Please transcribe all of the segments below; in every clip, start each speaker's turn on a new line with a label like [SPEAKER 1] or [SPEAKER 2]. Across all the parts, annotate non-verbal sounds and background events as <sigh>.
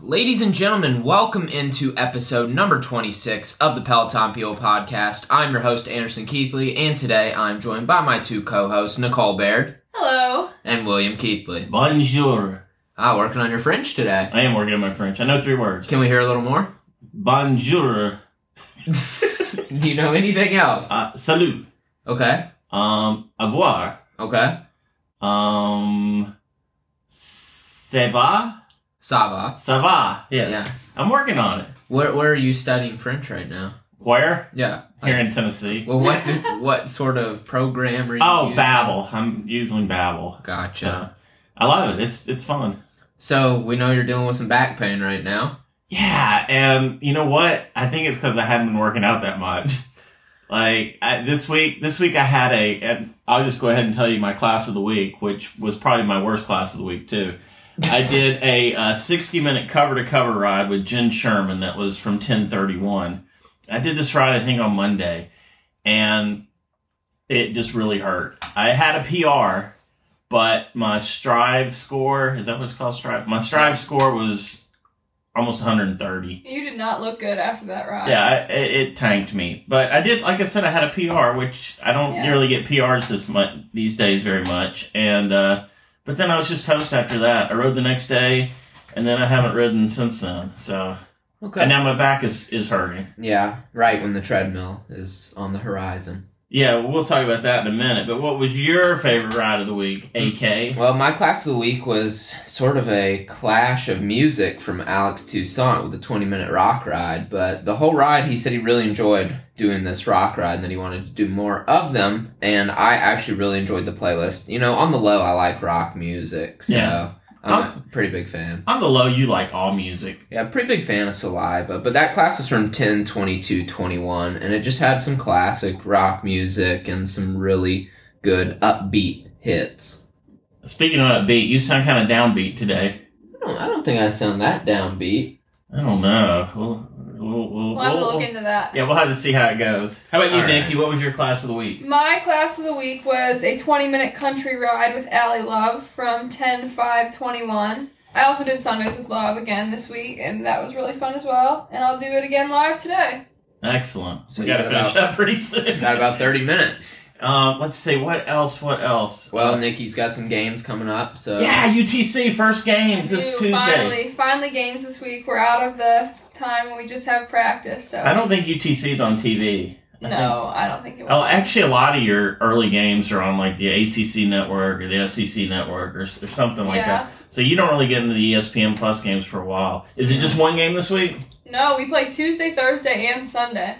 [SPEAKER 1] Ladies and gentlemen, welcome into episode number 26 of the Peloton People podcast. I'm your host, Anderson Keithley, and today I'm joined by my two co hosts, Nicole Baird
[SPEAKER 2] Hello.
[SPEAKER 1] and William Keithley.
[SPEAKER 3] Bonjour.
[SPEAKER 1] Ah, working on your French today.
[SPEAKER 3] I am working on my French. I know three words.
[SPEAKER 1] Can we hear a little more? <laughs>
[SPEAKER 3] Bonjour.
[SPEAKER 1] Do you know anything else?
[SPEAKER 3] Uh, salut.
[SPEAKER 1] Okay,
[SPEAKER 3] Um, au revoir.
[SPEAKER 1] okay.
[SPEAKER 3] Um, ça va?
[SPEAKER 1] Sava.
[SPEAKER 3] Ça va.
[SPEAKER 1] Yes.
[SPEAKER 3] I'm working on it.
[SPEAKER 1] Where, where are you studying French right now?
[SPEAKER 3] Where?
[SPEAKER 1] Yeah.
[SPEAKER 3] Here
[SPEAKER 1] like-
[SPEAKER 3] in Tennessee.
[SPEAKER 1] well, what what sort of program are you
[SPEAKER 3] Oh,
[SPEAKER 1] using?
[SPEAKER 3] Babel. I'm using Babel.
[SPEAKER 1] Gotcha.
[SPEAKER 3] I love it. It's, it's fun.
[SPEAKER 1] So we know you're dealing with some back pain right now.
[SPEAKER 3] Yeah. And you know what? I think it's because I haven't been working out that much. Like I, this week, this week I had a, and I'll just go ahead and tell you my class of the week, which was probably my worst class of the week too. I did a, uh 60 minute cover to cover ride with Jen Sherman that was from 1031. I did this ride, I think on Monday and it just really hurt. I had a PR, but my Strive score, is that what it's called? Strive? My Strive score was almost 130.
[SPEAKER 2] You did not look good after that ride.
[SPEAKER 3] Yeah, I, it, it tanked me, but I did. Like I said, I had a PR, which I don't
[SPEAKER 2] Yeah.
[SPEAKER 3] nearly get PRs this much these days very much. And uh, but then I was just toast after that. I rode the next day, and then I haven't ridden since then. So
[SPEAKER 1] Okay.
[SPEAKER 3] and now my back is is hurting.
[SPEAKER 1] Yeah, right when the treadmill is on the horizon.
[SPEAKER 3] Yeah, we'll talk about that in a minute. But what was your favorite ride of the week? AK.
[SPEAKER 1] Well, my class of the week was sort of a clash of music from Alex Toussaint with a 20 minute rock ride, but the whole ride he said he really enjoyed doing this rock ride and that he wanted to do more of them, and I actually really enjoyed the playlist. You know, on the low, I like rock music, so
[SPEAKER 3] Yeah.
[SPEAKER 1] I'm
[SPEAKER 3] Huh?
[SPEAKER 1] a pretty big fan.
[SPEAKER 3] On the low, you like all music.
[SPEAKER 1] Yeah, pretty big fan of Saliva, but that class was from 10, 22, 21, and it just had some classic rock music and some really good upbeat hits.
[SPEAKER 3] Speaking of upbeat, you sound kind of downbeat today.
[SPEAKER 1] I don't, I don't think I sound that downbeat.
[SPEAKER 3] I don't know. We'll, we'll, we'll,
[SPEAKER 2] We'll have to
[SPEAKER 3] we'll-
[SPEAKER 2] look into that.
[SPEAKER 3] yeah, we'll have to see how it goes. How about you,
[SPEAKER 1] All right.
[SPEAKER 3] Nikki? What was your class of the week?
[SPEAKER 2] My class of the week was a 20 minute country ride with Allie Love from 10 5 21. I also did Sundays with Love again this week, and that was really fun as well. And I'll do it again live today.
[SPEAKER 3] Excellent.
[SPEAKER 1] So
[SPEAKER 3] we
[SPEAKER 1] you
[SPEAKER 3] got to
[SPEAKER 1] got
[SPEAKER 3] finish
[SPEAKER 1] about-
[SPEAKER 3] up pretty soon.
[SPEAKER 1] Got about 30 minutes.
[SPEAKER 3] <laughs> Um, let's see. What else? What else?
[SPEAKER 1] Well, Nikki's got some games coming up, so.
[SPEAKER 3] yeah, UTC first games
[SPEAKER 2] I
[SPEAKER 3] this
[SPEAKER 2] do
[SPEAKER 3] Tuesday.
[SPEAKER 2] Finally, finally, games this week. We're out of the time when we just have practice, so.
[SPEAKER 3] I don't think UTC's on TV. I Think,
[SPEAKER 2] no, I don't think it
[SPEAKER 3] well,
[SPEAKER 2] will.
[SPEAKER 3] actually, a lot of your early games are on like the ACC network or the FCC network or, s- or something like
[SPEAKER 2] Yeah.
[SPEAKER 3] that. So you don't really get into the E ESPN Plus games for a while. Is it
[SPEAKER 2] Mm-hmm.
[SPEAKER 3] just one game this week?
[SPEAKER 2] No, we play Tuesday, Thursday, and Sunday.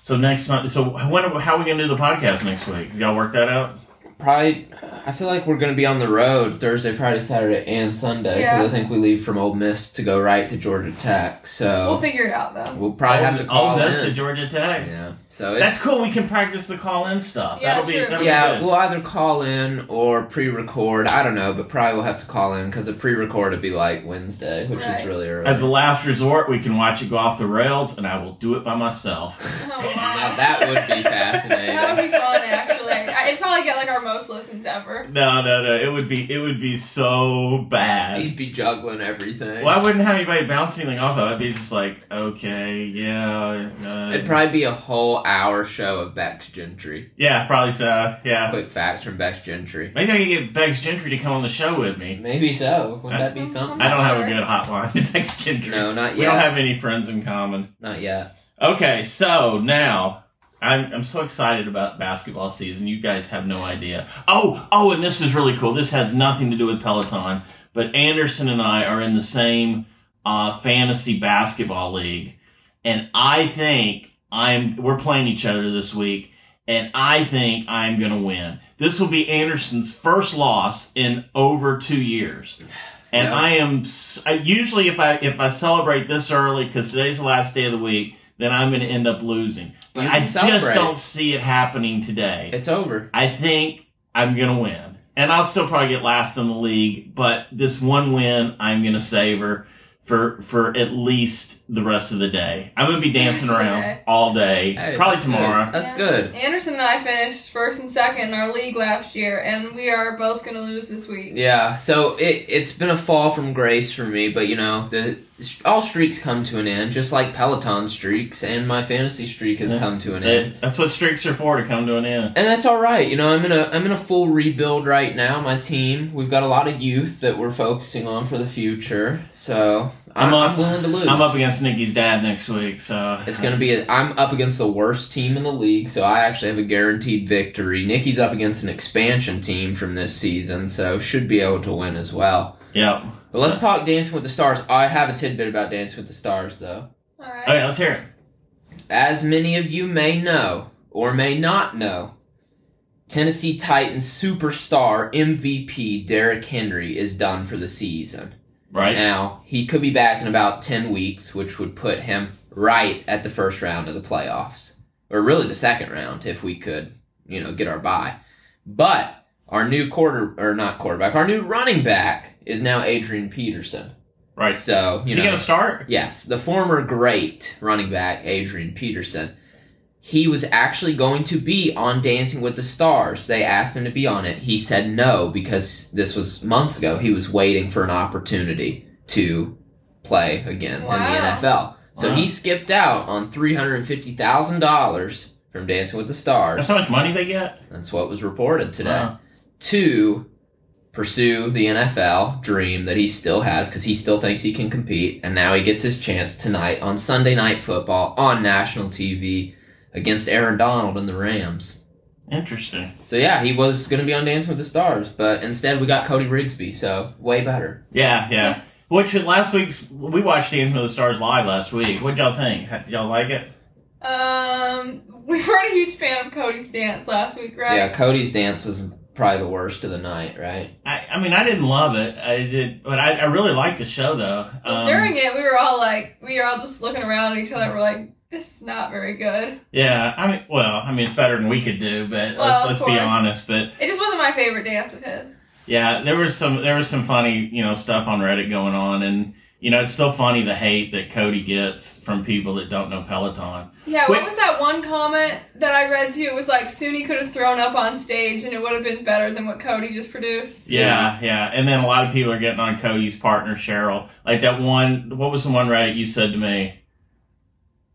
[SPEAKER 3] So next Sunday. So when? are- How are we gonna do the podcast next week? Y'all work that out.
[SPEAKER 1] Probably, I feel like we're going to be on the road Thursday, Friday, Saturday, and Sunday, because
[SPEAKER 2] Yeah.
[SPEAKER 1] I think we leave from Ole Miss to go right to Georgia Tech,
[SPEAKER 3] Oh.
[SPEAKER 2] We'll
[SPEAKER 1] so.
[SPEAKER 2] figure it out, though.
[SPEAKER 1] We'll probably have to
[SPEAKER 3] all
[SPEAKER 1] call
[SPEAKER 3] this to
[SPEAKER 1] in.
[SPEAKER 3] Georgia Tech.
[SPEAKER 1] Yeah, so it's.
[SPEAKER 3] That's cool. We can practice the call in stuff.
[SPEAKER 2] Yeah,
[SPEAKER 3] that'll be
[SPEAKER 2] true.
[SPEAKER 3] that'll be
[SPEAKER 1] Yeah,
[SPEAKER 3] good.
[SPEAKER 1] we'll either call in or pre-record. I don't know, but probably we'll have to call in because a pre-record would be like Wednesday, which is
[SPEAKER 2] Right.
[SPEAKER 1] really early.
[SPEAKER 3] As a last resort, we can watch it go off the rails, and I will do it by myself.
[SPEAKER 2] Oh,
[SPEAKER 3] <laughs>
[SPEAKER 1] now
[SPEAKER 2] wow.
[SPEAKER 1] that would be fascinating.
[SPEAKER 2] That would be fun, actually. I- It'd probably get like our most listens ever.
[SPEAKER 3] No, no, no. It would be it would be so bad.
[SPEAKER 1] He'd be juggling everything.
[SPEAKER 3] Well, I wouldn't have anybody bounce anything off of. I'd be just like, okay, yeah,
[SPEAKER 1] It'd
[SPEAKER 3] uh,
[SPEAKER 1] probably be a whole hour show of Beck's Gentry.
[SPEAKER 3] yeah, probably so. Yeah,
[SPEAKER 1] Quick facts from Beck's Gentry.
[SPEAKER 3] maybe I could get Bex Gentry to come on the show with me.
[SPEAKER 1] Maybe so. Would
[SPEAKER 3] I-
[SPEAKER 1] that be something?
[SPEAKER 3] I don't have a good hotline <laughs> to Bex Gentry.
[SPEAKER 1] No, not
[SPEAKER 3] we don't
[SPEAKER 1] yet.
[SPEAKER 3] have any friends in common.
[SPEAKER 1] Not yet.
[SPEAKER 3] Okay, so now I'm I'm so excited about basketball season. You guys have no idea. Oh, oh, and this is really cool. This has nothing to do with Peloton, but Anderson and I are in the same uh, fantasy basketball league, and I think I'm we're playing each other this week, and I think I'm gonna win. This will be Anderson's first loss in over two years. And
[SPEAKER 1] Yeah.
[SPEAKER 3] I am s- I, usually if I if I celebrate this early because today's the last day of the week, then I'm going to end up losing. But
[SPEAKER 1] You
[SPEAKER 3] I
[SPEAKER 1] can celebrate.
[SPEAKER 3] just don't see it happening today.
[SPEAKER 1] It's over.
[SPEAKER 3] I think I'm going to win. And I'll still probably get last in the league, but this one win I'm going to savor for for at least the rest of the day. I'm gonna be dancing
[SPEAKER 2] Rest of the
[SPEAKER 3] around
[SPEAKER 2] day.
[SPEAKER 3] all day,
[SPEAKER 1] Hey,
[SPEAKER 3] probably
[SPEAKER 1] that's good.
[SPEAKER 3] tomorrow.
[SPEAKER 1] That's
[SPEAKER 2] Yeah.
[SPEAKER 1] good.
[SPEAKER 2] Anderson and I finished first and second in our league last year, and we are both going to lose this week.
[SPEAKER 1] Yeah. So it it's been a fall from grace for me, but you know the all streaks come to an end, just like Peloton streaks, and my fantasy streak has
[SPEAKER 3] Yeah.
[SPEAKER 1] come to an end.
[SPEAKER 3] That- that's what streaks are for to come to an end.
[SPEAKER 1] and that's all right. You know, I'm in a I'm in a full rebuild right now. My team, we've got a lot of youth that we're focusing on for the future. So I'm,
[SPEAKER 3] I'm up-
[SPEAKER 1] I'm willing to lose.
[SPEAKER 3] I'm up against Nikki's dad next week, so
[SPEAKER 1] It's gonna be. A, I'm up against the worst team in the league, so I actually have a guaranteed victory. Nikki's up against an expansion team from this season, so should be able to win as well.
[SPEAKER 3] Yep.
[SPEAKER 1] But let's talk Dancing with the Stars. I have a tidbit about Dancing with the Stars, though.
[SPEAKER 2] All right.
[SPEAKER 3] Okay, let's hear it.
[SPEAKER 1] As many of you may know or may not know, Tennessee Titans superstar MVP Derrick Henry is done for the season.
[SPEAKER 3] Right?
[SPEAKER 1] Now, he could be back in about 10 weeks, which would put him right at the first round of the playoffs. Or really the second round if we could, you know, get our bye. But our new quarter or not quarterback, our new running back is now Adrian Peterson.
[SPEAKER 3] Right. Is
[SPEAKER 1] So, you
[SPEAKER 3] he
[SPEAKER 1] know,
[SPEAKER 3] gonna start?
[SPEAKER 1] Yes, the former great running back Adrian Peterson. He was actually going to be on Dancing with the Stars. They asked him to be on it. He said no because this was months ago. He was waiting for an opportunity to play again in the
[SPEAKER 2] Wow.
[SPEAKER 1] NFL. So
[SPEAKER 3] Wow.
[SPEAKER 1] he skipped out on $350,000 from Dancing with the Stars.
[SPEAKER 3] That's how much money they get?
[SPEAKER 1] That's what was reported today.
[SPEAKER 3] Wow.
[SPEAKER 1] To pursue the NFL dream that he still has because he still thinks he can compete. And now he gets his chance tonight on Sunday Night Football on national TV against Aaron Donald and the Rams.
[SPEAKER 3] Interesting.
[SPEAKER 1] So yeah, he was going to be on Dancing with the Stars, but instead we got Cody Rigsby, so way better.
[SPEAKER 3] Yeah, yeah. Which last week's we watched Dancing with the Stars live last week. What'd y'all think? How- Y'all like it?
[SPEAKER 1] Oh,
[SPEAKER 2] Um, <laughs> we weren't a huge fan of Cody's dance last week, right?
[SPEAKER 1] Yeah, Cody's dance was probably the worst of the night, right?
[SPEAKER 3] I, I mean, I didn't love it. I did, but I, I really liked the show though.
[SPEAKER 2] Well,
[SPEAKER 3] Um,
[SPEAKER 2] during it, we were all like, we were all just looking around at each other. We're like, this is not very good.
[SPEAKER 3] yeah, I mean, well, I mean, it's better than we could do, but
[SPEAKER 2] Well, of
[SPEAKER 3] let's, let's be
[SPEAKER 2] course.
[SPEAKER 3] honest. But
[SPEAKER 2] It just wasn't my favorite dance of his.
[SPEAKER 3] yeah, there was some there was some funny you know stuff on Reddit going on, and you know it's still funny the hate that Cody gets from people that don't know Peloton.
[SPEAKER 2] Yeah, what
[SPEAKER 3] Wait.
[SPEAKER 2] was that one comment that I read too? It was like, SUNY could have thrown up on stage and it would have been better than what Cody just produced.
[SPEAKER 3] Yeah, yeah. And then a lot of people are getting on Cody's partner Cheryl. Like that one what was the one Reddit you said to me?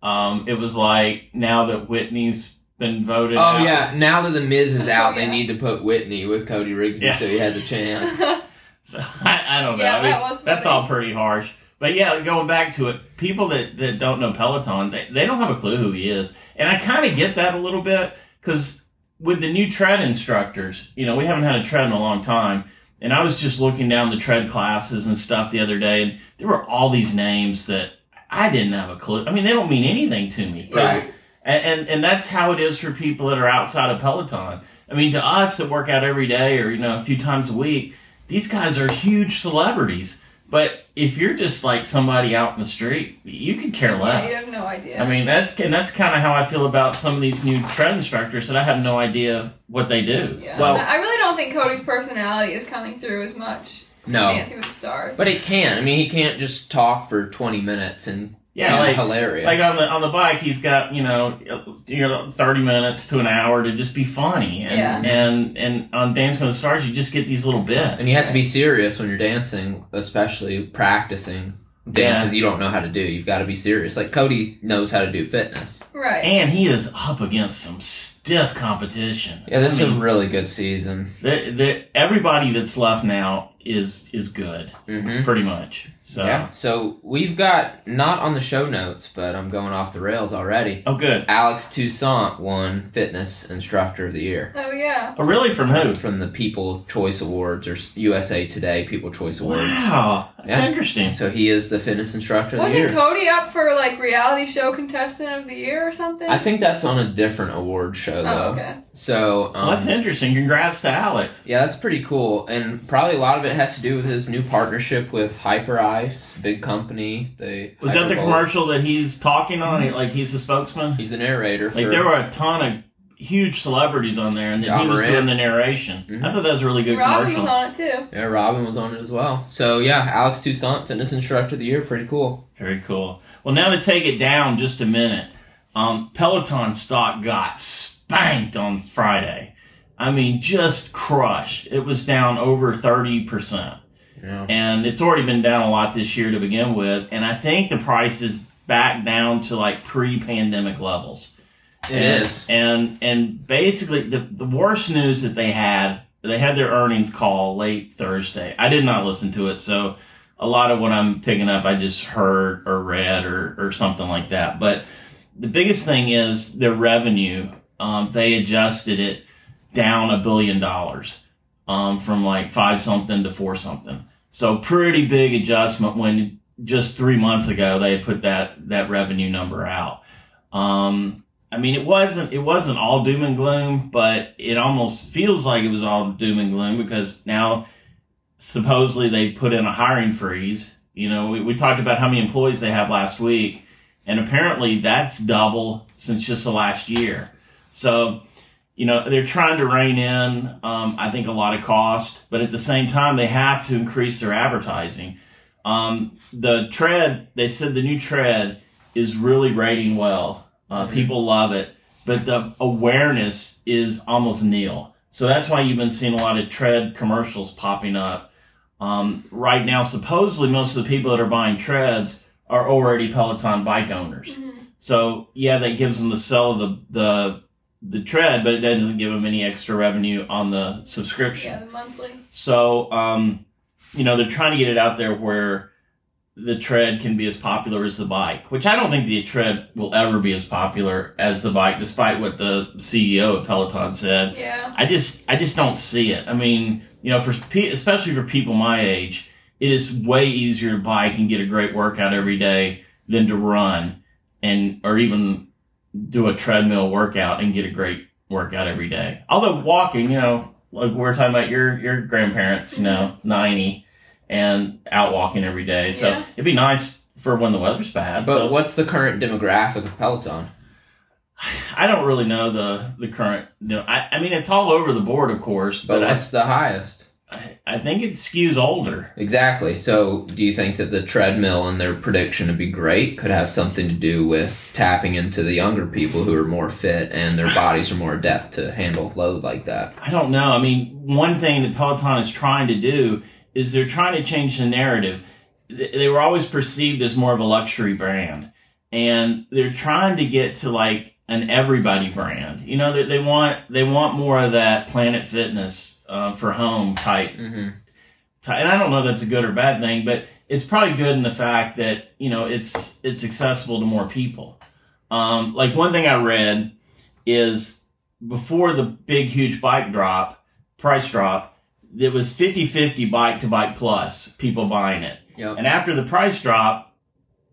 [SPEAKER 3] Um, it was like now that Whitney's been voted
[SPEAKER 1] Oh
[SPEAKER 3] out-
[SPEAKER 1] yeah, now that the Miz is out,
[SPEAKER 2] Oh, Yeah.
[SPEAKER 1] they need to put Whitney with Cody Rigsby
[SPEAKER 3] Yeah.
[SPEAKER 1] so he has a
[SPEAKER 2] <laughs>
[SPEAKER 3] <laughs>
[SPEAKER 1] chance.
[SPEAKER 3] <laughs> So I, I don't know.
[SPEAKER 2] Yeah,
[SPEAKER 3] I mean,
[SPEAKER 2] that was
[SPEAKER 3] that's
[SPEAKER 2] funny.
[SPEAKER 3] all pretty harsh. But yeah, going back to it, people that, that don't know Peloton, they, they don't have a clue who he is. And I kind of get that a little bit because with the new tread instructors, you know, we haven't had a tread in a long time. And I was just looking down the tread classes and stuff the other day, and there were all these names that I didn't have a clue. I mean, they don't mean anything to me. 'cause-
[SPEAKER 1] Right.
[SPEAKER 3] and, and and that's how it is for people that are outside of Peloton. I mean, to us that work out every day or you know a few times a week, these guys are huge celebrities. But if you're just like somebody out in the street, you could care
[SPEAKER 2] Yeah, you
[SPEAKER 3] less.
[SPEAKER 2] have no idea.
[SPEAKER 3] I mean, that's and that's kind of how I feel about some of these new tread instructors that I have no idea what they do.
[SPEAKER 2] yeah.
[SPEAKER 3] So-
[SPEAKER 1] Well-
[SPEAKER 2] I really don't think Cody's personality is coming through as much
[SPEAKER 1] No.
[SPEAKER 2] in Dancing with the Stars.
[SPEAKER 1] But it can. I mean, he can't just talk for 20 minutes and
[SPEAKER 3] yeah,
[SPEAKER 1] be
[SPEAKER 3] like,
[SPEAKER 1] hilarious.
[SPEAKER 3] like on the on the bike, he's got you know you know thirty minutes to an hour to just be funny, and
[SPEAKER 2] Yeah.
[SPEAKER 3] and and on Dancing with the Stars, you just get these little bits.
[SPEAKER 1] and you have to be serious when you're dancing, especially practicing dances you don't know how to do. You've got to be serious. Like Cody knows how to do fitness.
[SPEAKER 2] right.
[SPEAKER 3] And he is up against some stiff competition.
[SPEAKER 1] Yeah, this is
[SPEAKER 3] I
[SPEAKER 1] a
[SPEAKER 3] mean,
[SPEAKER 1] really good season.
[SPEAKER 3] the, the, everybody that's left now is is good,
[SPEAKER 1] hmm
[SPEAKER 3] pretty much. So
[SPEAKER 1] Yeah. So we've got not on the show notes, but I'm going off the rails already.
[SPEAKER 3] oh, good.
[SPEAKER 1] Alex Toussaint won Fitness Instructor of the Year.
[SPEAKER 2] Oh, yeah.
[SPEAKER 3] Oh, really? From who?
[SPEAKER 1] From the People Choice Awards or USA Today People Choice Awards.
[SPEAKER 3] Wow, that's
[SPEAKER 1] Yeah.
[SPEAKER 3] interesting.
[SPEAKER 1] So he is the fitness instructor of the year.
[SPEAKER 2] Wasn't Cody up for like reality show contestant of the year or something?
[SPEAKER 1] I think that's on a different award show though.
[SPEAKER 2] Oh, okay.
[SPEAKER 1] So um,
[SPEAKER 3] Well, that's interesting. Congrats to Alex.
[SPEAKER 1] yeah, that's pretty cool, and probably a lot of it has to do with his new partnership with Hyper Ice, big company. They
[SPEAKER 3] Was that the
[SPEAKER 1] Hyperbolt. Mm-hmm.
[SPEAKER 3] commercial that he's talking on? Like he's the spokesman.
[SPEAKER 1] He's the narrator.
[SPEAKER 3] Like
[SPEAKER 1] for,
[SPEAKER 3] there were a ton huge celebrities on there, and then
[SPEAKER 1] John
[SPEAKER 3] he was
[SPEAKER 1] Moran.
[SPEAKER 3] doing the narration.
[SPEAKER 1] Mhm.
[SPEAKER 3] I thought that was a really good
[SPEAKER 2] Robin was
[SPEAKER 3] commercial.
[SPEAKER 2] on it too.
[SPEAKER 1] Yeah, Robin was on it as well. So yeah, Alex Toussaint, fitness instructor of the year, pretty cool.
[SPEAKER 3] Very cool. Well, now to take it down just a minute. Um, Peloton stock got spanked on Friday. I mean, just crushed. It was down over 30%.
[SPEAKER 1] Yeah.
[SPEAKER 3] And it's already been down a lot this year to begin with. And I think the price is back down to like pre pandemic levels.
[SPEAKER 1] It
[SPEAKER 3] and,
[SPEAKER 1] is.
[SPEAKER 3] And and basically the, the worst news that they had, they had their earnings call late Thursday. I did not listen to it, so a lot of what I'm picking up I just heard or read or, or something like that. But the biggest thing is their revenue. Um, they adjusted it down a billion dollars um, from like five something to four something. So pretty big adjustment when just three months ago they had put that that revenue number out. Um, I mean, it wasn't it wasn't all doom and gloom, but it almost feels like it was all doom and gloom because now supposedly they put in a hiring freeze. You know, we, we talked about how many employees they have last week, and apparently that's double since just the last year. So, you know, they're trying to rein in, um, I think, a lot of cost, but at the same time, they have to increase their advertising. Um, the tread, they said the new tread is really rating well. Uh,
[SPEAKER 1] Mhm.
[SPEAKER 3] People love it, but the awareness is almost nil. So that's why you've been seeing a lot of tread commercials popping up. Um, right now, supposedly most of the people that are buying treads are already Peloton bike owners.
[SPEAKER 2] Mhm.
[SPEAKER 3] So yeah, that gives them the sell of the the the tread, but it doesn't give them any extra revenue on the subscription.
[SPEAKER 2] Yeah, the monthly.
[SPEAKER 3] So, um, you know, they're trying to get it out there where the tread can be as popular as the bike, which I don't think the tread will ever be as popular as the bike, despite what the CEO of Peloton said.
[SPEAKER 2] Yeah.
[SPEAKER 3] I just I just don't see it. I mean, you know, for pe- especially for people my age, it is way easier to bike and get a great workout every day than to run and or even do a treadmill workout and get a great workout every day. Although walking, you know, like we were talking about your your grandparents, you know, ninety and out walking every day. So
[SPEAKER 2] Yeah.
[SPEAKER 3] it'd be nice for when the weather's bad.
[SPEAKER 1] But
[SPEAKER 3] so
[SPEAKER 1] what's the current demographic of Peloton?
[SPEAKER 3] I don't really know the the current. You know, I I mean it's all over the board, of course.
[SPEAKER 1] But
[SPEAKER 3] But, I
[SPEAKER 1] what's the highest?
[SPEAKER 3] I, I think it skews older.
[SPEAKER 1] Exactly. So, do you think that the treadmill and their prediction to be great could have something to do with tapping into the younger people who are more fit and <laughs> their bodies are more adept to handle load like that?
[SPEAKER 3] I don't know. I mean, one thing that Peloton is trying to do is they're trying to change the narrative. Th- They were always perceived as more of a luxury brand, and they're trying to get to like an everybody brand. You know, they, they want they want more of that Planet Fitness uh, for home type
[SPEAKER 1] Mm-hmm.
[SPEAKER 3] ti- and I don't know if that's a good or bad thing, but it's probably good in the fact that you know it's it's accessible to more people. Um, like one thing I read is before the big huge bike drop price drop, there was 50-50 bike to bike plus people buying it,
[SPEAKER 1] Yep.
[SPEAKER 3] and after the price drop,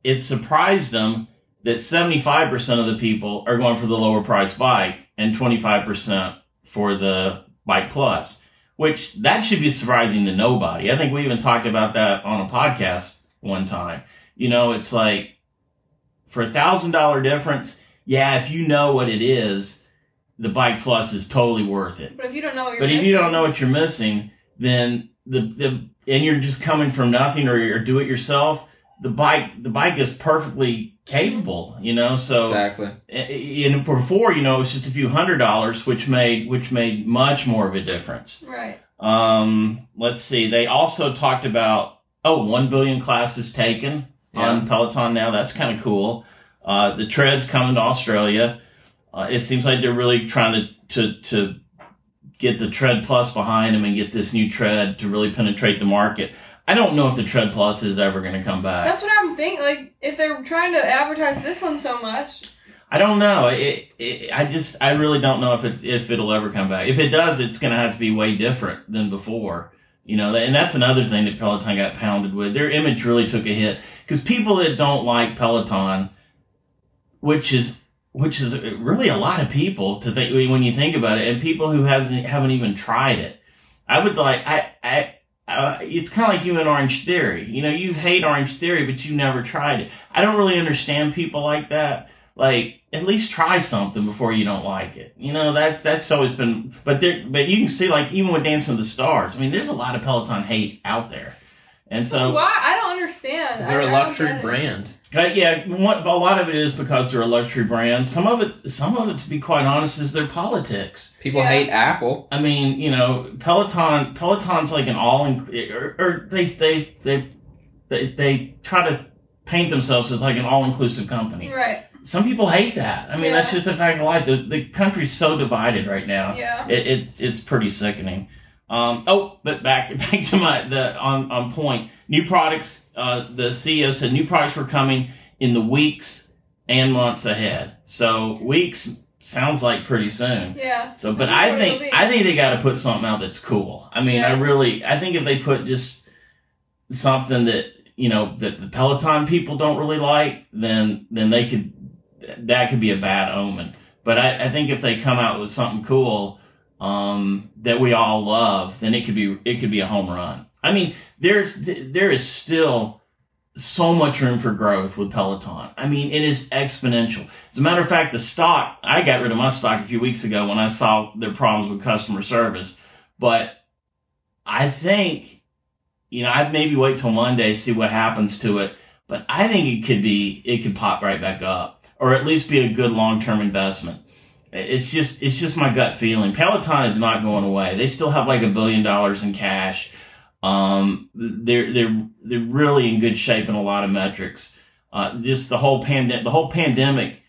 [SPEAKER 3] it surprised them that seventy five percent of the people are going for the lower price bike and twenty five percent for the bike plus which that should be surprising to nobody. I think we even talked about that on a podcast one time. You know, it's like for a thousand dollar difference, yeah, if you know what it is, the bike plus is totally worth it.
[SPEAKER 2] But if you don't know what you're
[SPEAKER 3] But if you don't
[SPEAKER 2] missing-
[SPEAKER 3] know what you're missing, then the, the and you're just coming from nothing or you're do it yourself, the bike the bike is perfectly capable, you know, so
[SPEAKER 1] Exactly.
[SPEAKER 3] and before, you know, it was just a few hundred dollars, which made which made much more of a difference.
[SPEAKER 2] Right.
[SPEAKER 3] Um, let's see. They also talked about oh, one billion classes taken on Peloton now. That's kind of cool. Uh, the treads coming to Australia. Uh, it seems like they're really trying to to to get the tread plus behind them and get this new tread to really penetrate the market. I don't know if the tread plus is ever going to come back.
[SPEAKER 2] That's what I'm thinking. Like, if they're trying to advertise this one so much,
[SPEAKER 3] I don't know. It, it, I just, I really don't know if it's, if it'll ever come back. If it does, it's going to have to be way different than before. You know, and that's another thing that Peloton got pounded with. Their image really took a hit because people that don't like Peloton, which is, which is really a lot of people to think when you think about it and people who hasn't, haven't even tried it. I would like, I, I, uh, it's kind of like you and Orange Theory. You know, you hate Orange Theory, but you never tried it. I don't really understand people like that like at least try something before you don't like it. You know, that's that's always been but there but you can see like even with Dancing with the Stars, I mean there's a lot of Peloton hate out there. And so
[SPEAKER 2] Why? I don't understand.
[SPEAKER 1] They're
[SPEAKER 2] I-
[SPEAKER 1] a
[SPEAKER 2] I don't
[SPEAKER 1] luxury
[SPEAKER 2] get it.
[SPEAKER 1] brand.
[SPEAKER 3] Uh, yeah, one, a lot of it is because they're a luxury brand. Some of it, some of it, to be quite honest, is their politics.
[SPEAKER 1] People
[SPEAKER 2] Yeah.
[SPEAKER 1] hate Apple.
[SPEAKER 3] I mean, you know, Peloton, Peloton's like an all, in, or, or they, they, they, they, they try to paint themselves as like an all-inclusive company.
[SPEAKER 2] Right.
[SPEAKER 3] Some people hate that. I mean, that's
[SPEAKER 2] Yeah.
[SPEAKER 3] just a fact of life. The, the country's so divided right now
[SPEAKER 2] Yeah.
[SPEAKER 3] it, it it's pretty sickening. Um, oh, but back <laughs> back to my the on on point. New products. Uh, the CEO said new products were coming in the weeks and months ahead. So weeks sounds like pretty soon.
[SPEAKER 2] Yeah.
[SPEAKER 3] So, but
[SPEAKER 2] I
[SPEAKER 3] I
[SPEAKER 2] think
[SPEAKER 3] think
[SPEAKER 2] it'll be.
[SPEAKER 3] I think they got to put something out that's cool. I mean, I
[SPEAKER 2] Yeah.
[SPEAKER 3] really I think if they put just something that you know that the Peloton people don't really like, then then they could that could be a bad omen. But I, I think if they come out with something cool um, that we all love, then it could be it could be a home run. I mean, there's there is still so much room for growth with Peloton. I mean, it is exponential. As a matter of fact, the stock I got rid of my stock a few weeks ago when I saw their problems with customer service. But I think you know I'd maybe wait till Monday see what happens to it. But I think it could be it could pop right back up, or at least be a good long term investment. It's just it's just my gut feeling. Peloton is not going away. They still have like a billion dollars in cash. Um, they're they're they're really in good shape in a lot of metrics. Uh, just the whole pandemic, the whole pandemic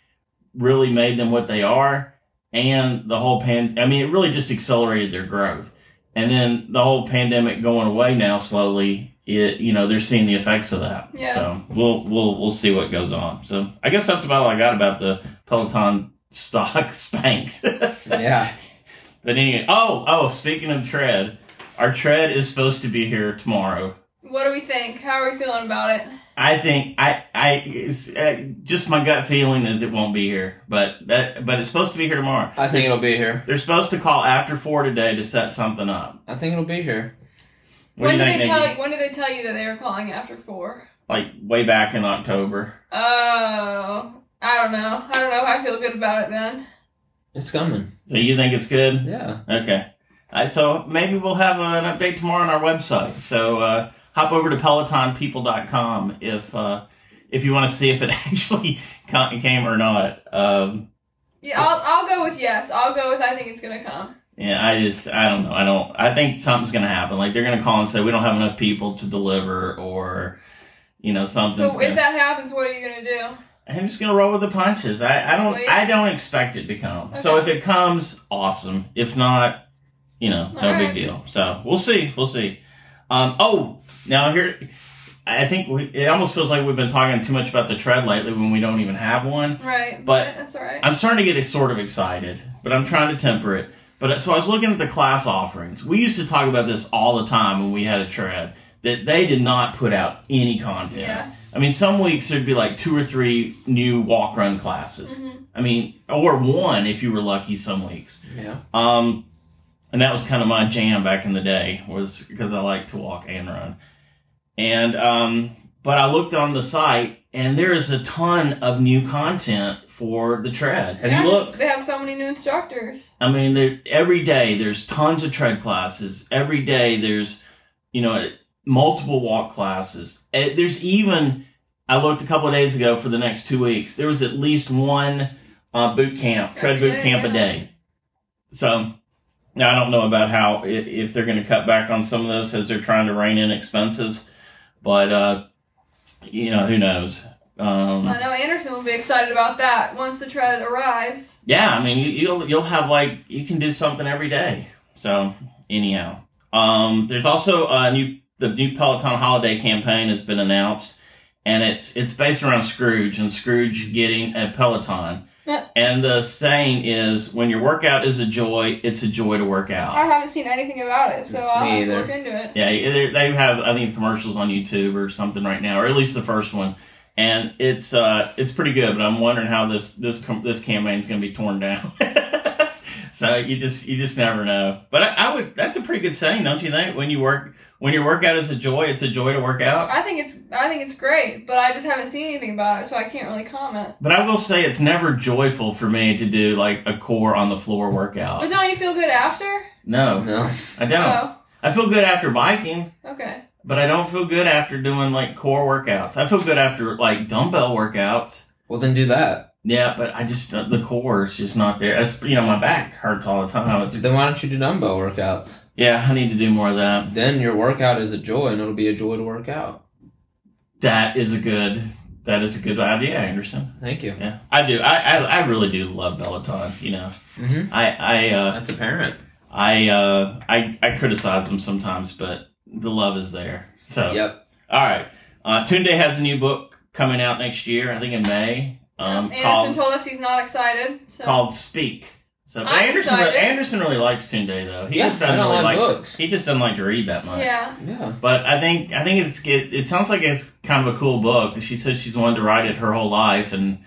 [SPEAKER 3] really made them what they are, and the whole pan. I mean, it really just accelerated their growth. And then the whole pandemic going away now slowly. It you know they're seeing the effects of that.
[SPEAKER 2] Yeah.
[SPEAKER 3] So we'll we'll we'll see what goes on. So I guess that's about all I got about the Peloton stock <laughs> spanked.
[SPEAKER 1] Yeah.
[SPEAKER 3] But anyway, oh, oh, speaking of tread, our tread is supposed to be here tomorrow.
[SPEAKER 2] What do we think? How are we feeling about it?
[SPEAKER 3] I think I I it's, uh, just my gut feeling is it won't be here, but that but it's supposed to be here tomorrow.
[SPEAKER 1] I think it'll <laughs> be here.
[SPEAKER 3] They're supposed to call after four today to set something up.
[SPEAKER 1] I think it'll be here.
[SPEAKER 3] What
[SPEAKER 2] when
[SPEAKER 3] do you
[SPEAKER 2] did
[SPEAKER 3] think,
[SPEAKER 2] they
[SPEAKER 3] Nikki?
[SPEAKER 2] tell? You, when did they tell you that they were calling after four?
[SPEAKER 3] Like way back in October.
[SPEAKER 2] Oh, I don't know. I don't know. how I feel good about it then.
[SPEAKER 1] It's coming.
[SPEAKER 3] So you think it's good?
[SPEAKER 1] Yeah.
[SPEAKER 3] Okay. Uh, so maybe we'll have an update tomorrow on our website. So uh, hop over to pelotonpeople.com if uh, if you want to see if it <laughs> actually ca- came or not. Um,
[SPEAKER 2] Yeah, I'll I'll go with yes. I'll go with I think it's gonna come.
[SPEAKER 3] Yeah, I just I don't know. I don't. I think something's gonna happen. Like they're gonna call and say we don't have enough people to deliver, or you know
[SPEAKER 2] So
[SPEAKER 3] something's.
[SPEAKER 2] if
[SPEAKER 3] gonna,
[SPEAKER 2] that happens, what are you gonna do?
[SPEAKER 3] I'm just gonna roll with the punches. I, I don't.
[SPEAKER 2] Sweet.
[SPEAKER 3] I don't expect it to come. So if
[SPEAKER 2] Okay.
[SPEAKER 3] it comes, awesome. If not, you know, no
[SPEAKER 2] All
[SPEAKER 3] big
[SPEAKER 2] right.
[SPEAKER 3] deal. So we'll see. We'll see. Um. Oh, now here. I think we, it almost feels like we've been talking too much about the tread lately when we don't even have one.
[SPEAKER 2] Right.
[SPEAKER 3] But-
[SPEAKER 2] that's all right.
[SPEAKER 3] I'm starting to get sort of excited, but I'm trying to temper it. But uh, so I was looking at the class offerings. We used to talk about this all the time when we had a tread that they did not put out any content.
[SPEAKER 2] Yeah.
[SPEAKER 3] I mean, some weeks there'd be like two or three new walk run classes.
[SPEAKER 2] Mm-hmm.
[SPEAKER 3] I mean, or one if you were lucky some weeks.
[SPEAKER 1] Yeah.
[SPEAKER 3] Um, and that was kind of my jam back in the day was because I like to walk and run. And um, but I looked on the site and there is a ton of new content for the tread. Have
[SPEAKER 2] Yeah,
[SPEAKER 3] you looked?
[SPEAKER 2] They have so many new instructors.
[SPEAKER 3] I mean, there every day there's tons of tread classes. Every day there's you know multiple walk classes. Eh, There's even I looked a couple of days ago for the next two weeks. There was at least one uh, boot camp, tread boot
[SPEAKER 2] Yeah,
[SPEAKER 3] camp a
[SPEAKER 2] yeah.
[SPEAKER 3] day. So now I don't know about how i- if they're going to cut back on some of those as they're trying to rein in expenses, but uh, you know who knows. Um,
[SPEAKER 2] I know Anderson will be excited about that once the tread arrives.
[SPEAKER 3] Yeah, I mean, you, you'll you'll have like you can do something every day. So anyhow, um, there's also a new the new Peloton holiday campaign has been announced, and it's it's based around Scrooge and Scrooge getting a Peloton.
[SPEAKER 2] Yeah.
[SPEAKER 3] And the saying is, when your workout is a joy, it's a joy to work out.
[SPEAKER 2] I haven't seen anything about it, so I'll
[SPEAKER 1] Me
[SPEAKER 2] have to
[SPEAKER 1] either.
[SPEAKER 2] look into it.
[SPEAKER 3] Yeah, they they have I think commercials on YouTube or something right now, or at least the first one, and it's uh it's pretty good. But I'm wondering how this this com- this campaign's going to be torn down. <laughs> so you just you just never know. But I, I would that's a pretty good saying, don't you think? When you work when When your workout is a joy, it's a joy to work out.
[SPEAKER 2] I think it's I think it's great, but I just haven't seen anything about it, so I can't really comment.
[SPEAKER 3] But I will say it's never joyful for me to do like a core on the floor
[SPEAKER 2] But
[SPEAKER 3] workout.
[SPEAKER 2] don't you feel good after?
[SPEAKER 3] No,
[SPEAKER 1] No.
[SPEAKER 3] I don't. I feel good after biking,
[SPEAKER 2] Oh, okay.
[SPEAKER 3] but I don't feel good after doing like core workouts. I feel good after like dumbbell workouts.
[SPEAKER 1] Well, then do that.
[SPEAKER 3] Yeah, but I just uh, the core is just not there. That's you know my back hurts all the time. It's
[SPEAKER 1] Then why don't you do dumbbell workouts?
[SPEAKER 3] yeah, I need to do more of that.
[SPEAKER 1] Then your workout is a joy, and it'll be a joy to work out.
[SPEAKER 3] That is a good. That is a good idea, Anderson.
[SPEAKER 1] Thank you.
[SPEAKER 3] Yeah, I do. I I, I really do love Peloton. You know,
[SPEAKER 1] hmm
[SPEAKER 3] I I uh,
[SPEAKER 1] That's apparent.
[SPEAKER 3] I uh, I I criticize them sometimes, but the love is there. So
[SPEAKER 1] Yep.
[SPEAKER 3] all right, uh, Tunde has a new book coming out next year. I think in May. Um,
[SPEAKER 2] Anderson
[SPEAKER 3] called
[SPEAKER 2] told us he's not excited. So
[SPEAKER 3] called Speak. So but
[SPEAKER 2] I'm
[SPEAKER 3] Anderson re-
[SPEAKER 2] excited.
[SPEAKER 3] Anderson really likes Tunde though. He
[SPEAKER 1] Yeah,
[SPEAKER 3] just doesn't
[SPEAKER 1] I don't
[SPEAKER 3] really
[SPEAKER 1] like
[SPEAKER 3] like
[SPEAKER 1] books.
[SPEAKER 3] he just doesn't like to read that much.
[SPEAKER 2] yeah,
[SPEAKER 1] Yeah.
[SPEAKER 3] But I think I think it's it, it sounds like it's kind of a cool book. She said she's wanted to write it her whole life, and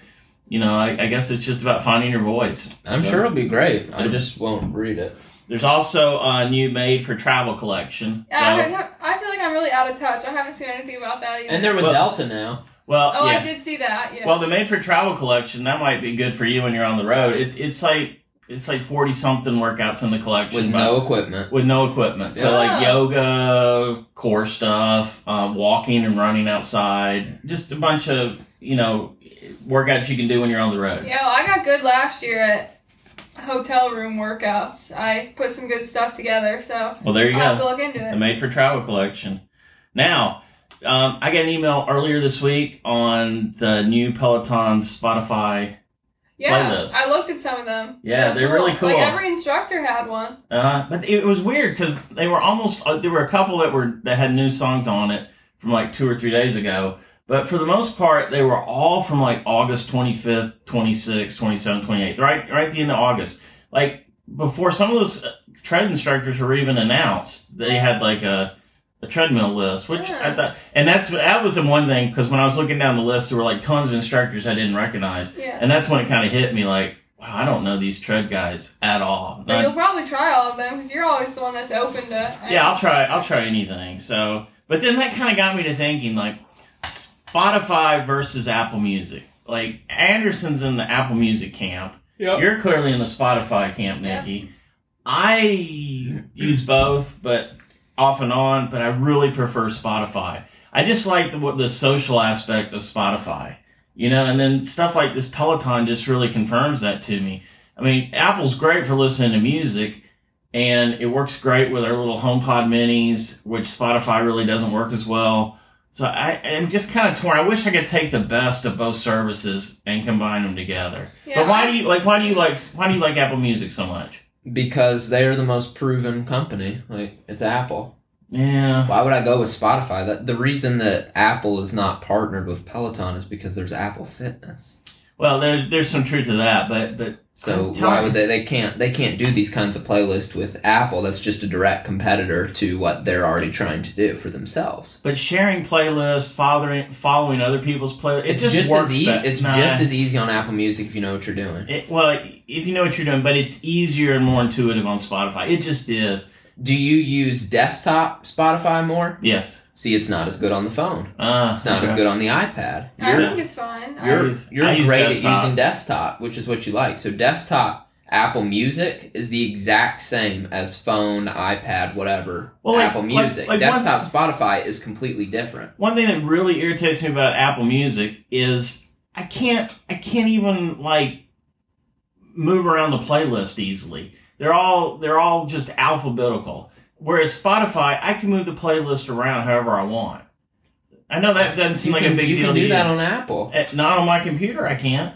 [SPEAKER 3] you know I, I guess it's just about finding your voice.
[SPEAKER 1] I'm
[SPEAKER 3] So,
[SPEAKER 1] sure it'll be great. I
[SPEAKER 3] Yeah.
[SPEAKER 1] just won't read it.
[SPEAKER 3] There's also a new made for travel collection. So,
[SPEAKER 2] I, don't know- I feel like I'm really out of touch. I haven't seen anything about that either.
[SPEAKER 1] And they're with
[SPEAKER 3] Well-
[SPEAKER 1] Delta now.
[SPEAKER 3] well,
[SPEAKER 2] oh,
[SPEAKER 3] yeah.
[SPEAKER 2] I did see that. Yeah.
[SPEAKER 3] Well, the made for travel collection that might be good for you when you're on the road. It's it's like it's like forty something workouts in the collection
[SPEAKER 1] With
[SPEAKER 3] but-
[SPEAKER 1] no equipment.
[SPEAKER 3] with no equipment. So like
[SPEAKER 2] Yeah.
[SPEAKER 3] yoga, core stuff, um, walking and running outside, just a bunch of you know workouts you can do when you're on the road.
[SPEAKER 2] yeah, well, I got good last year at hotel room workouts. I put some good stuff together, so
[SPEAKER 3] Well, there you
[SPEAKER 2] I'll have
[SPEAKER 3] go.
[SPEAKER 2] to look into
[SPEAKER 3] The
[SPEAKER 2] it.
[SPEAKER 3] made for travel collection. Now, um, I got an email earlier this week on the new Peloton Spotify.
[SPEAKER 2] Yeah,
[SPEAKER 3] playlist.
[SPEAKER 2] I looked at some of them.
[SPEAKER 3] Yeah, they're really cool.
[SPEAKER 2] Like every instructor had one.
[SPEAKER 3] Uh, but it was weird because they were almost uh, there were a couple that were that had new songs on it from like two or three days ago. But for the most part, they were all from like August 25th, 26th, 27th, 28th, right, right at the end of August. Like before some of those uh, tread instructors were even announced, they had like a, a treadmill list, which I
[SPEAKER 2] Hmm.
[SPEAKER 3] thought, and that's that was the one thing because when I was looking down the list, there were like tons of instructors I didn't recognize,
[SPEAKER 2] Yeah.
[SPEAKER 3] and that's when it kind of hit me like, wow, I don't know these tread guys at all.
[SPEAKER 2] But you'll probably try all of them because you're always the one that's open to.
[SPEAKER 3] Yeah, I'll try. I'll try anything. So, but then that kind of got me to thinking, like Spotify versus Apple Music. Like Anderson's in the Apple Music camp. You're clearly in the Spotify camp,
[SPEAKER 2] Yep.
[SPEAKER 3] Nikki. I use both, but off and on. But I really prefer Spotify. I just like the the social aspect of Spotify, you know. And then stuff like this Peloton just really confirms that to me. I mean, Apple's great for listening to music, and it works great with our little HomePod Minis, which Spotify really doesn't work as well. So I, I'm just kind of torn. I wish I could take the best of both services and combine them together.
[SPEAKER 2] Yeah.
[SPEAKER 3] But why do you like? Why do you like? Why do you like Apple Music so much?
[SPEAKER 1] Because they are the most proven company. Like, it's Apple.
[SPEAKER 3] Yeah.
[SPEAKER 1] Why would I go with Spotify? That the reason that Apple is not partnered with Peloton is because there's Apple Fitness.
[SPEAKER 3] Well, there, there's some truth to that, but but
[SPEAKER 1] So
[SPEAKER 3] I'm telling
[SPEAKER 1] why would they? They can't. They can't do these kinds of playlists with Apple. That's just a direct competitor to what they're already trying to do for themselves.
[SPEAKER 3] but sharing playlists, following following other people's playlists, it
[SPEAKER 1] It's
[SPEAKER 3] just,
[SPEAKER 1] just
[SPEAKER 3] works.
[SPEAKER 1] as easy.
[SPEAKER 3] bet-
[SPEAKER 1] It's
[SPEAKER 3] nah.
[SPEAKER 1] just as easy on Apple Music if you know what you're doing.
[SPEAKER 3] It- well, if you know what you're doing, but it's easier and more intuitive on Spotify. It just is.
[SPEAKER 1] Do you use desktop Spotify more?
[SPEAKER 3] Yes.
[SPEAKER 1] See, it's not as good on the phone.
[SPEAKER 3] Uh,
[SPEAKER 1] It's not as good on the iPad.
[SPEAKER 2] I
[SPEAKER 1] You're-
[SPEAKER 2] think it's fine. I-
[SPEAKER 1] You're
[SPEAKER 3] use-
[SPEAKER 1] you're
[SPEAKER 3] I use
[SPEAKER 1] great
[SPEAKER 3] desktop.
[SPEAKER 1] at using desktop, which is what you like. So desktop Apple Music is the exact same as phone, iPad, whatever.
[SPEAKER 3] Well, like-
[SPEAKER 1] Apple
[SPEAKER 3] like-
[SPEAKER 1] Music.
[SPEAKER 3] like one-
[SPEAKER 1] desktop Spotify is completely different.
[SPEAKER 3] One thing that really irritates me about Apple Music is I can't I can't even like move around the playlist easily. They're all they're all just alphabetical. Whereas Spotify, I can move the playlist around however I want. I know that doesn't seem
[SPEAKER 1] you
[SPEAKER 3] like
[SPEAKER 1] can,
[SPEAKER 3] a big
[SPEAKER 1] you
[SPEAKER 3] deal.
[SPEAKER 1] can
[SPEAKER 3] to
[SPEAKER 1] do
[SPEAKER 3] you.
[SPEAKER 1] that on Apple.
[SPEAKER 3] Eh, Not on my computer, I can't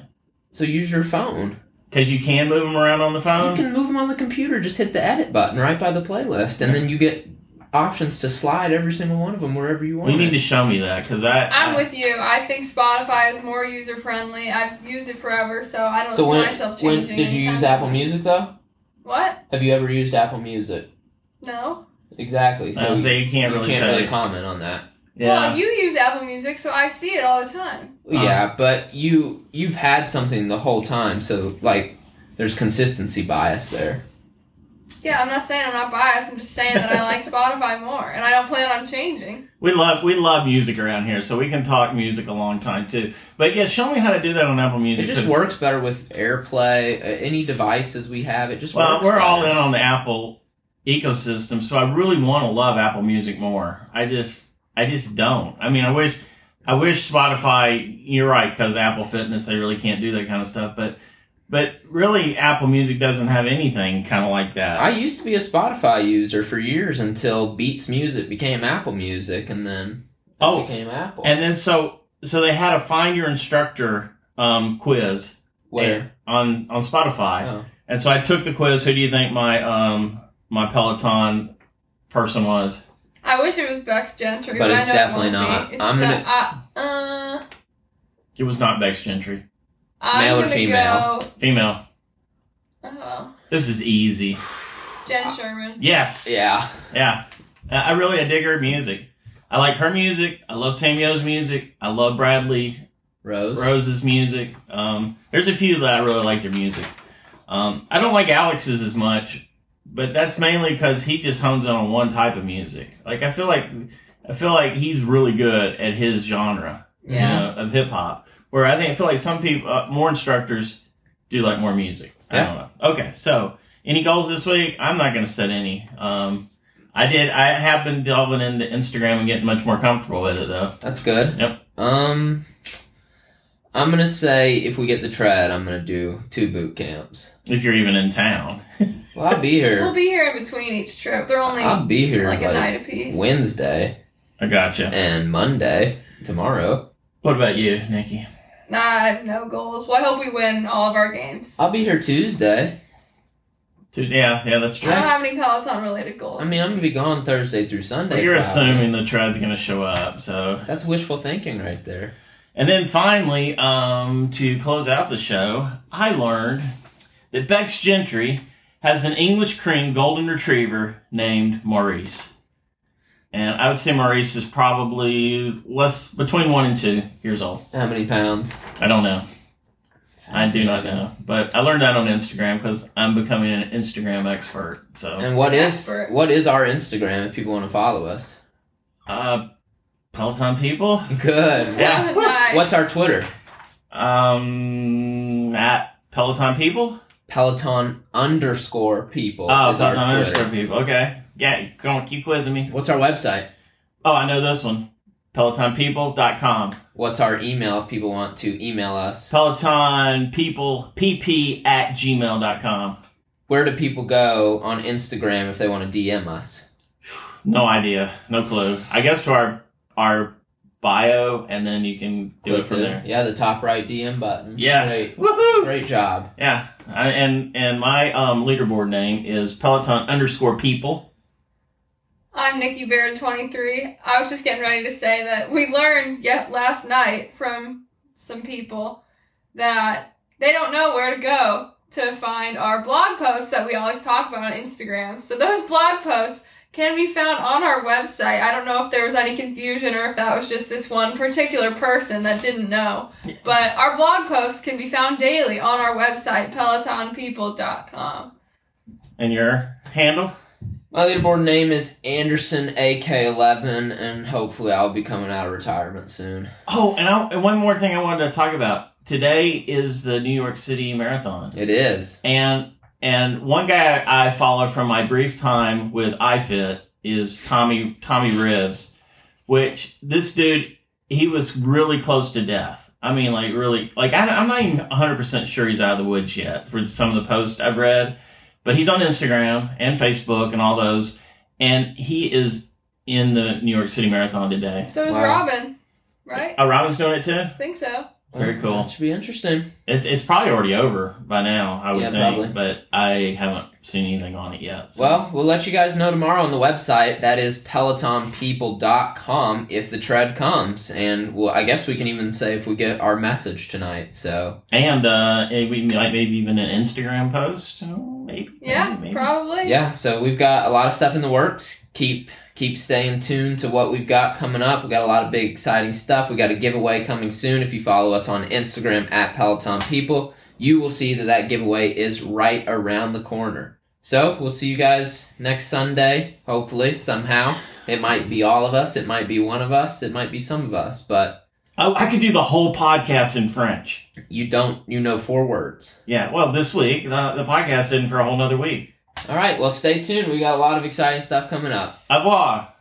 [SPEAKER 1] So use your phone.
[SPEAKER 3] because you can move them around on the
[SPEAKER 1] You
[SPEAKER 3] phone.
[SPEAKER 1] can move them on the computer. Just hit the edit button right by the playlist, and then you get options to slide every single one of them wherever you want.
[SPEAKER 3] you need
[SPEAKER 1] it.
[SPEAKER 3] to show me that because I
[SPEAKER 2] I'm
[SPEAKER 3] I-
[SPEAKER 2] with you. I think Spotify is more user friendly. I've used it forever, so I don't
[SPEAKER 1] So
[SPEAKER 2] see
[SPEAKER 1] when,
[SPEAKER 2] myself
[SPEAKER 1] when
[SPEAKER 2] changing.
[SPEAKER 1] did you
[SPEAKER 2] anytime
[SPEAKER 1] use Apple
[SPEAKER 2] soon.
[SPEAKER 1] Music though?
[SPEAKER 2] What?
[SPEAKER 1] Have you ever used Apple Music?
[SPEAKER 2] No.
[SPEAKER 1] Exactly.
[SPEAKER 3] I
[SPEAKER 1] So
[SPEAKER 3] would say you can't
[SPEAKER 1] you
[SPEAKER 3] really
[SPEAKER 1] can't
[SPEAKER 3] show.
[SPEAKER 1] really
[SPEAKER 3] it.
[SPEAKER 1] comment on that.
[SPEAKER 3] yeah.
[SPEAKER 2] Well, you use Apple Music, so I see it all the time.
[SPEAKER 3] Uh-huh.
[SPEAKER 1] Yeah, but you you've had something the whole time, so like there's consistency bias there.
[SPEAKER 2] Yeah, I'm not saying I'm not biased. I'm just saying that
[SPEAKER 1] <laughs>
[SPEAKER 2] I like Spotify more, and I don't plan on changing.
[SPEAKER 3] We love we love music around here, so we can talk music a long time too. But yeah, show me how to do that on Apple Music.
[SPEAKER 1] It just
[SPEAKER 3] 'cause-
[SPEAKER 1] works better with AirPlay, uh, any devices we have. It just
[SPEAKER 3] Well,
[SPEAKER 1] works.
[SPEAKER 3] we're all
[SPEAKER 1] better.
[SPEAKER 3] in on the Apple ecosystem, so I really want to love Apple Music more. I just, I just don't. I mean, I wish, I wish Spotify. You're right, because Apple Fitness, they really can't do that kind of stuff. But, but really, Apple Music doesn't have anything kind of like that.
[SPEAKER 1] I used to be a Spotify user for years until Beats Music became Apple Music, and then it
[SPEAKER 3] Oh,
[SPEAKER 1] became Apple.
[SPEAKER 3] and then so, so they had a find your instructor um, quiz
[SPEAKER 1] Where?
[SPEAKER 3] on on Spotify.
[SPEAKER 1] Oh.
[SPEAKER 3] And so I took the quiz. Who do you think my um my Peloton person was?
[SPEAKER 2] I wish it was Bex Gentry,
[SPEAKER 1] But
[SPEAKER 2] but,
[SPEAKER 1] it's
[SPEAKER 2] I know
[SPEAKER 1] definitely
[SPEAKER 2] it won't
[SPEAKER 1] not.
[SPEAKER 2] Be. It's
[SPEAKER 1] I'm gonna-
[SPEAKER 2] not. I, uh,
[SPEAKER 3] It was not Bex Gentry,
[SPEAKER 2] I'm
[SPEAKER 1] Male or
[SPEAKER 2] gonna
[SPEAKER 1] female?
[SPEAKER 3] female.
[SPEAKER 2] Go, oh,
[SPEAKER 3] This is easy.
[SPEAKER 2] Jen Sherman.
[SPEAKER 3] Yes.
[SPEAKER 1] Yeah.
[SPEAKER 3] Yeah. I I really I dig her music. I like her music. I love Sam Yo's music. I love Bradley
[SPEAKER 1] Rose.
[SPEAKER 3] Rose's music. Um, there's a few that I really like their music. Um, I don't like Alex's as much, but that's mainly because he just hones in on one type of music. Like I feel like I feel like he's really good at his genre.
[SPEAKER 2] Yeah.
[SPEAKER 3] you know, uh, of hip hop. Where I think I feel like some people, uh, more instructors, do like more music. I don't know. Okay, so any goals this week? I'm not going to set any. Um, I did. I have been delving into Instagram and getting much more comfortable with it though.
[SPEAKER 1] That's good.
[SPEAKER 3] Yep.
[SPEAKER 1] Um, I'm gonna say if we get the tread, I'm gonna do two boot camps.
[SPEAKER 3] If you're even in town,
[SPEAKER 1] Well, I'll be here.
[SPEAKER 2] We'll be here in between each trip. They're only
[SPEAKER 1] I'll be here
[SPEAKER 2] like
[SPEAKER 1] like,
[SPEAKER 2] a night apiece.
[SPEAKER 1] Wednesday
[SPEAKER 3] I gotcha.
[SPEAKER 1] and Monday tomorrow.
[SPEAKER 3] What about you, Nikki?
[SPEAKER 2] Nah, I have no goals. Well, I hope we win all of our games.
[SPEAKER 1] I'll be here Tuesday.
[SPEAKER 3] Tuesday? Yeah, yeah, that's
[SPEAKER 2] I
[SPEAKER 3] true.
[SPEAKER 2] don't have any Peloton related goals.
[SPEAKER 1] I mean, I'm
[SPEAKER 2] <laughs>
[SPEAKER 1] gonna be gone Thursday through Sunday.
[SPEAKER 3] But you're
[SPEAKER 1] probably.
[SPEAKER 3] assuming the tribe's going to show up, so
[SPEAKER 1] That's wishful thinking right there.
[SPEAKER 3] And then finally, um, to close out the show, I learned that Bex Gentry has an English cream golden retriever named Maurice. And I would say Maurice is probably less between one and two years old.
[SPEAKER 1] How many pounds?
[SPEAKER 3] I don't know. I do not know. But I learned that on Instagram because I'm becoming an Instagram expert. So,
[SPEAKER 1] And what is
[SPEAKER 2] Expert.
[SPEAKER 1] what is our Instagram if people want to follow us?
[SPEAKER 3] uh, Peloton people,
[SPEAKER 1] Good.
[SPEAKER 3] Yeah.
[SPEAKER 2] Nice.
[SPEAKER 1] What's our Twitter?
[SPEAKER 3] um, at Peloton people.
[SPEAKER 1] Peloton underscore people
[SPEAKER 3] Oh,
[SPEAKER 1] is our
[SPEAKER 3] Peloton
[SPEAKER 1] Twitter.
[SPEAKER 3] underscore people. Okay. Yeah, go on, keep quizzing me.
[SPEAKER 1] What's our website?
[SPEAKER 3] Oh, I know this one. PelotonPeople.com.
[SPEAKER 1] What's our email if people want to email us?
[SPEAKER 3] PelotonPeople, PP at gmail.com.
[SPEAKER 1] Where do people go on Instagram if they want to DM us?
[SPEAKER 3] No idea. No clue. I guess to our our bio, and then you can do it
[SPEAKER 1] Click
[SPEAKER 3] from
[SPEAKER 1] the-
[SPEAKER 3] there.
[SPEAKER 1] Yeah, the top right DM button.
[SPEAKER 3] Yes.
[SPEAKER 1] Great,
[SPEAKER 3] Woohoo!
[SPEAKER 1] great job.
[SPEAKER 3] Yeah. I, and and my um, leaderboard name is Peloton underscore people.
[SPEAKER 2] I'm Nikki Baird, 23. I was just getting ready to say that we learned yet last night from some people that they don't know where to go to find our blog posts that we always talk about on Instagram. So those blog posts can be found on our website. I don't know if there was any confusion or if that was just this one particular person that didn't know. But our blog posts can be found daily on our website, pelotonpeople.com.
[SPEAKER 3] And your handle?
[SPEAKER 1] My leaderboard name is Anderson AK11, and hopefully I'll be coming out of retirement soon.
[SPEAKER 3] Oh, and, I, and one more thing I wanted to talk about. Today is the New York City Marathon.
[SPEAKER 1] It is.
[SPEAKER 3] And and one guy I follow from my brief time with iFit is Tommy Tommy Ribs, which this dude he was really close to death. I mean, like really, like I, I'm not even 100 percent sure he's out of the woods yet for some of the posts I've read, but he's on Instagram and Facebook and all those, and he is in the New York City Marathon today.
[SPEAKER 2] So is
[SPEAKER 1] Wow.
[SPEAKER 2] Robin, right?
[SPEAKER 3] Oh, Robin's doing it too.
[SPEAKER 2] I think so.
[SPEAKER 3] Very cool.
[SPEAKER 1] That should be interesting.
[SPEAKER 3] It's, it's probably already over by now, I would
[SPEAKER 1] Yeah,
[SPEAKER 3] think,
[SPEAKER 1] probably.
[SPEAKER 3] but I haven't seen anything on it yet. so-
[SPEAKER 1] Well, we'll let you guys know tomorrow on the website. That is pelotonpeople.com if the tread comes. And well, I guess we can even say if we get our message tonight. So,
[SPEAKER 3] And uh, eh, we might maybe even an Instagram post, Oh, maybe.
[SPEAKER 2] Yeah,
[SPEAKER 3] maybe, maybe.
[SPEAKER 2] probably.
[SPEAKER 1] yeah, so we've got a lot of stuff in the works. Keep keep staying tuned to what we've got coming up. We've got a lot of big exciting stuff. we got a giveaway coming soon. If you follow us on Instagram at Peloton People, you will see that that giveaway is right around the corner. So we'll see you guys next Sunday, hopefully, somehow. It might be all of us, it might be one of us, it might be some of us, but
[SPEAKER 3] Oh, I could do the whole podcast in French.
[SPEAKER 1] you don't, you know, four words.
[SPEAKER 3] Yeah, well, this week, the, the podcast in for a whole nother week.
[SPEAKER 1] All right, well, stay tuned. We got a lot of exciting stuff coming up.
[SPEAKER 3] Au revoir.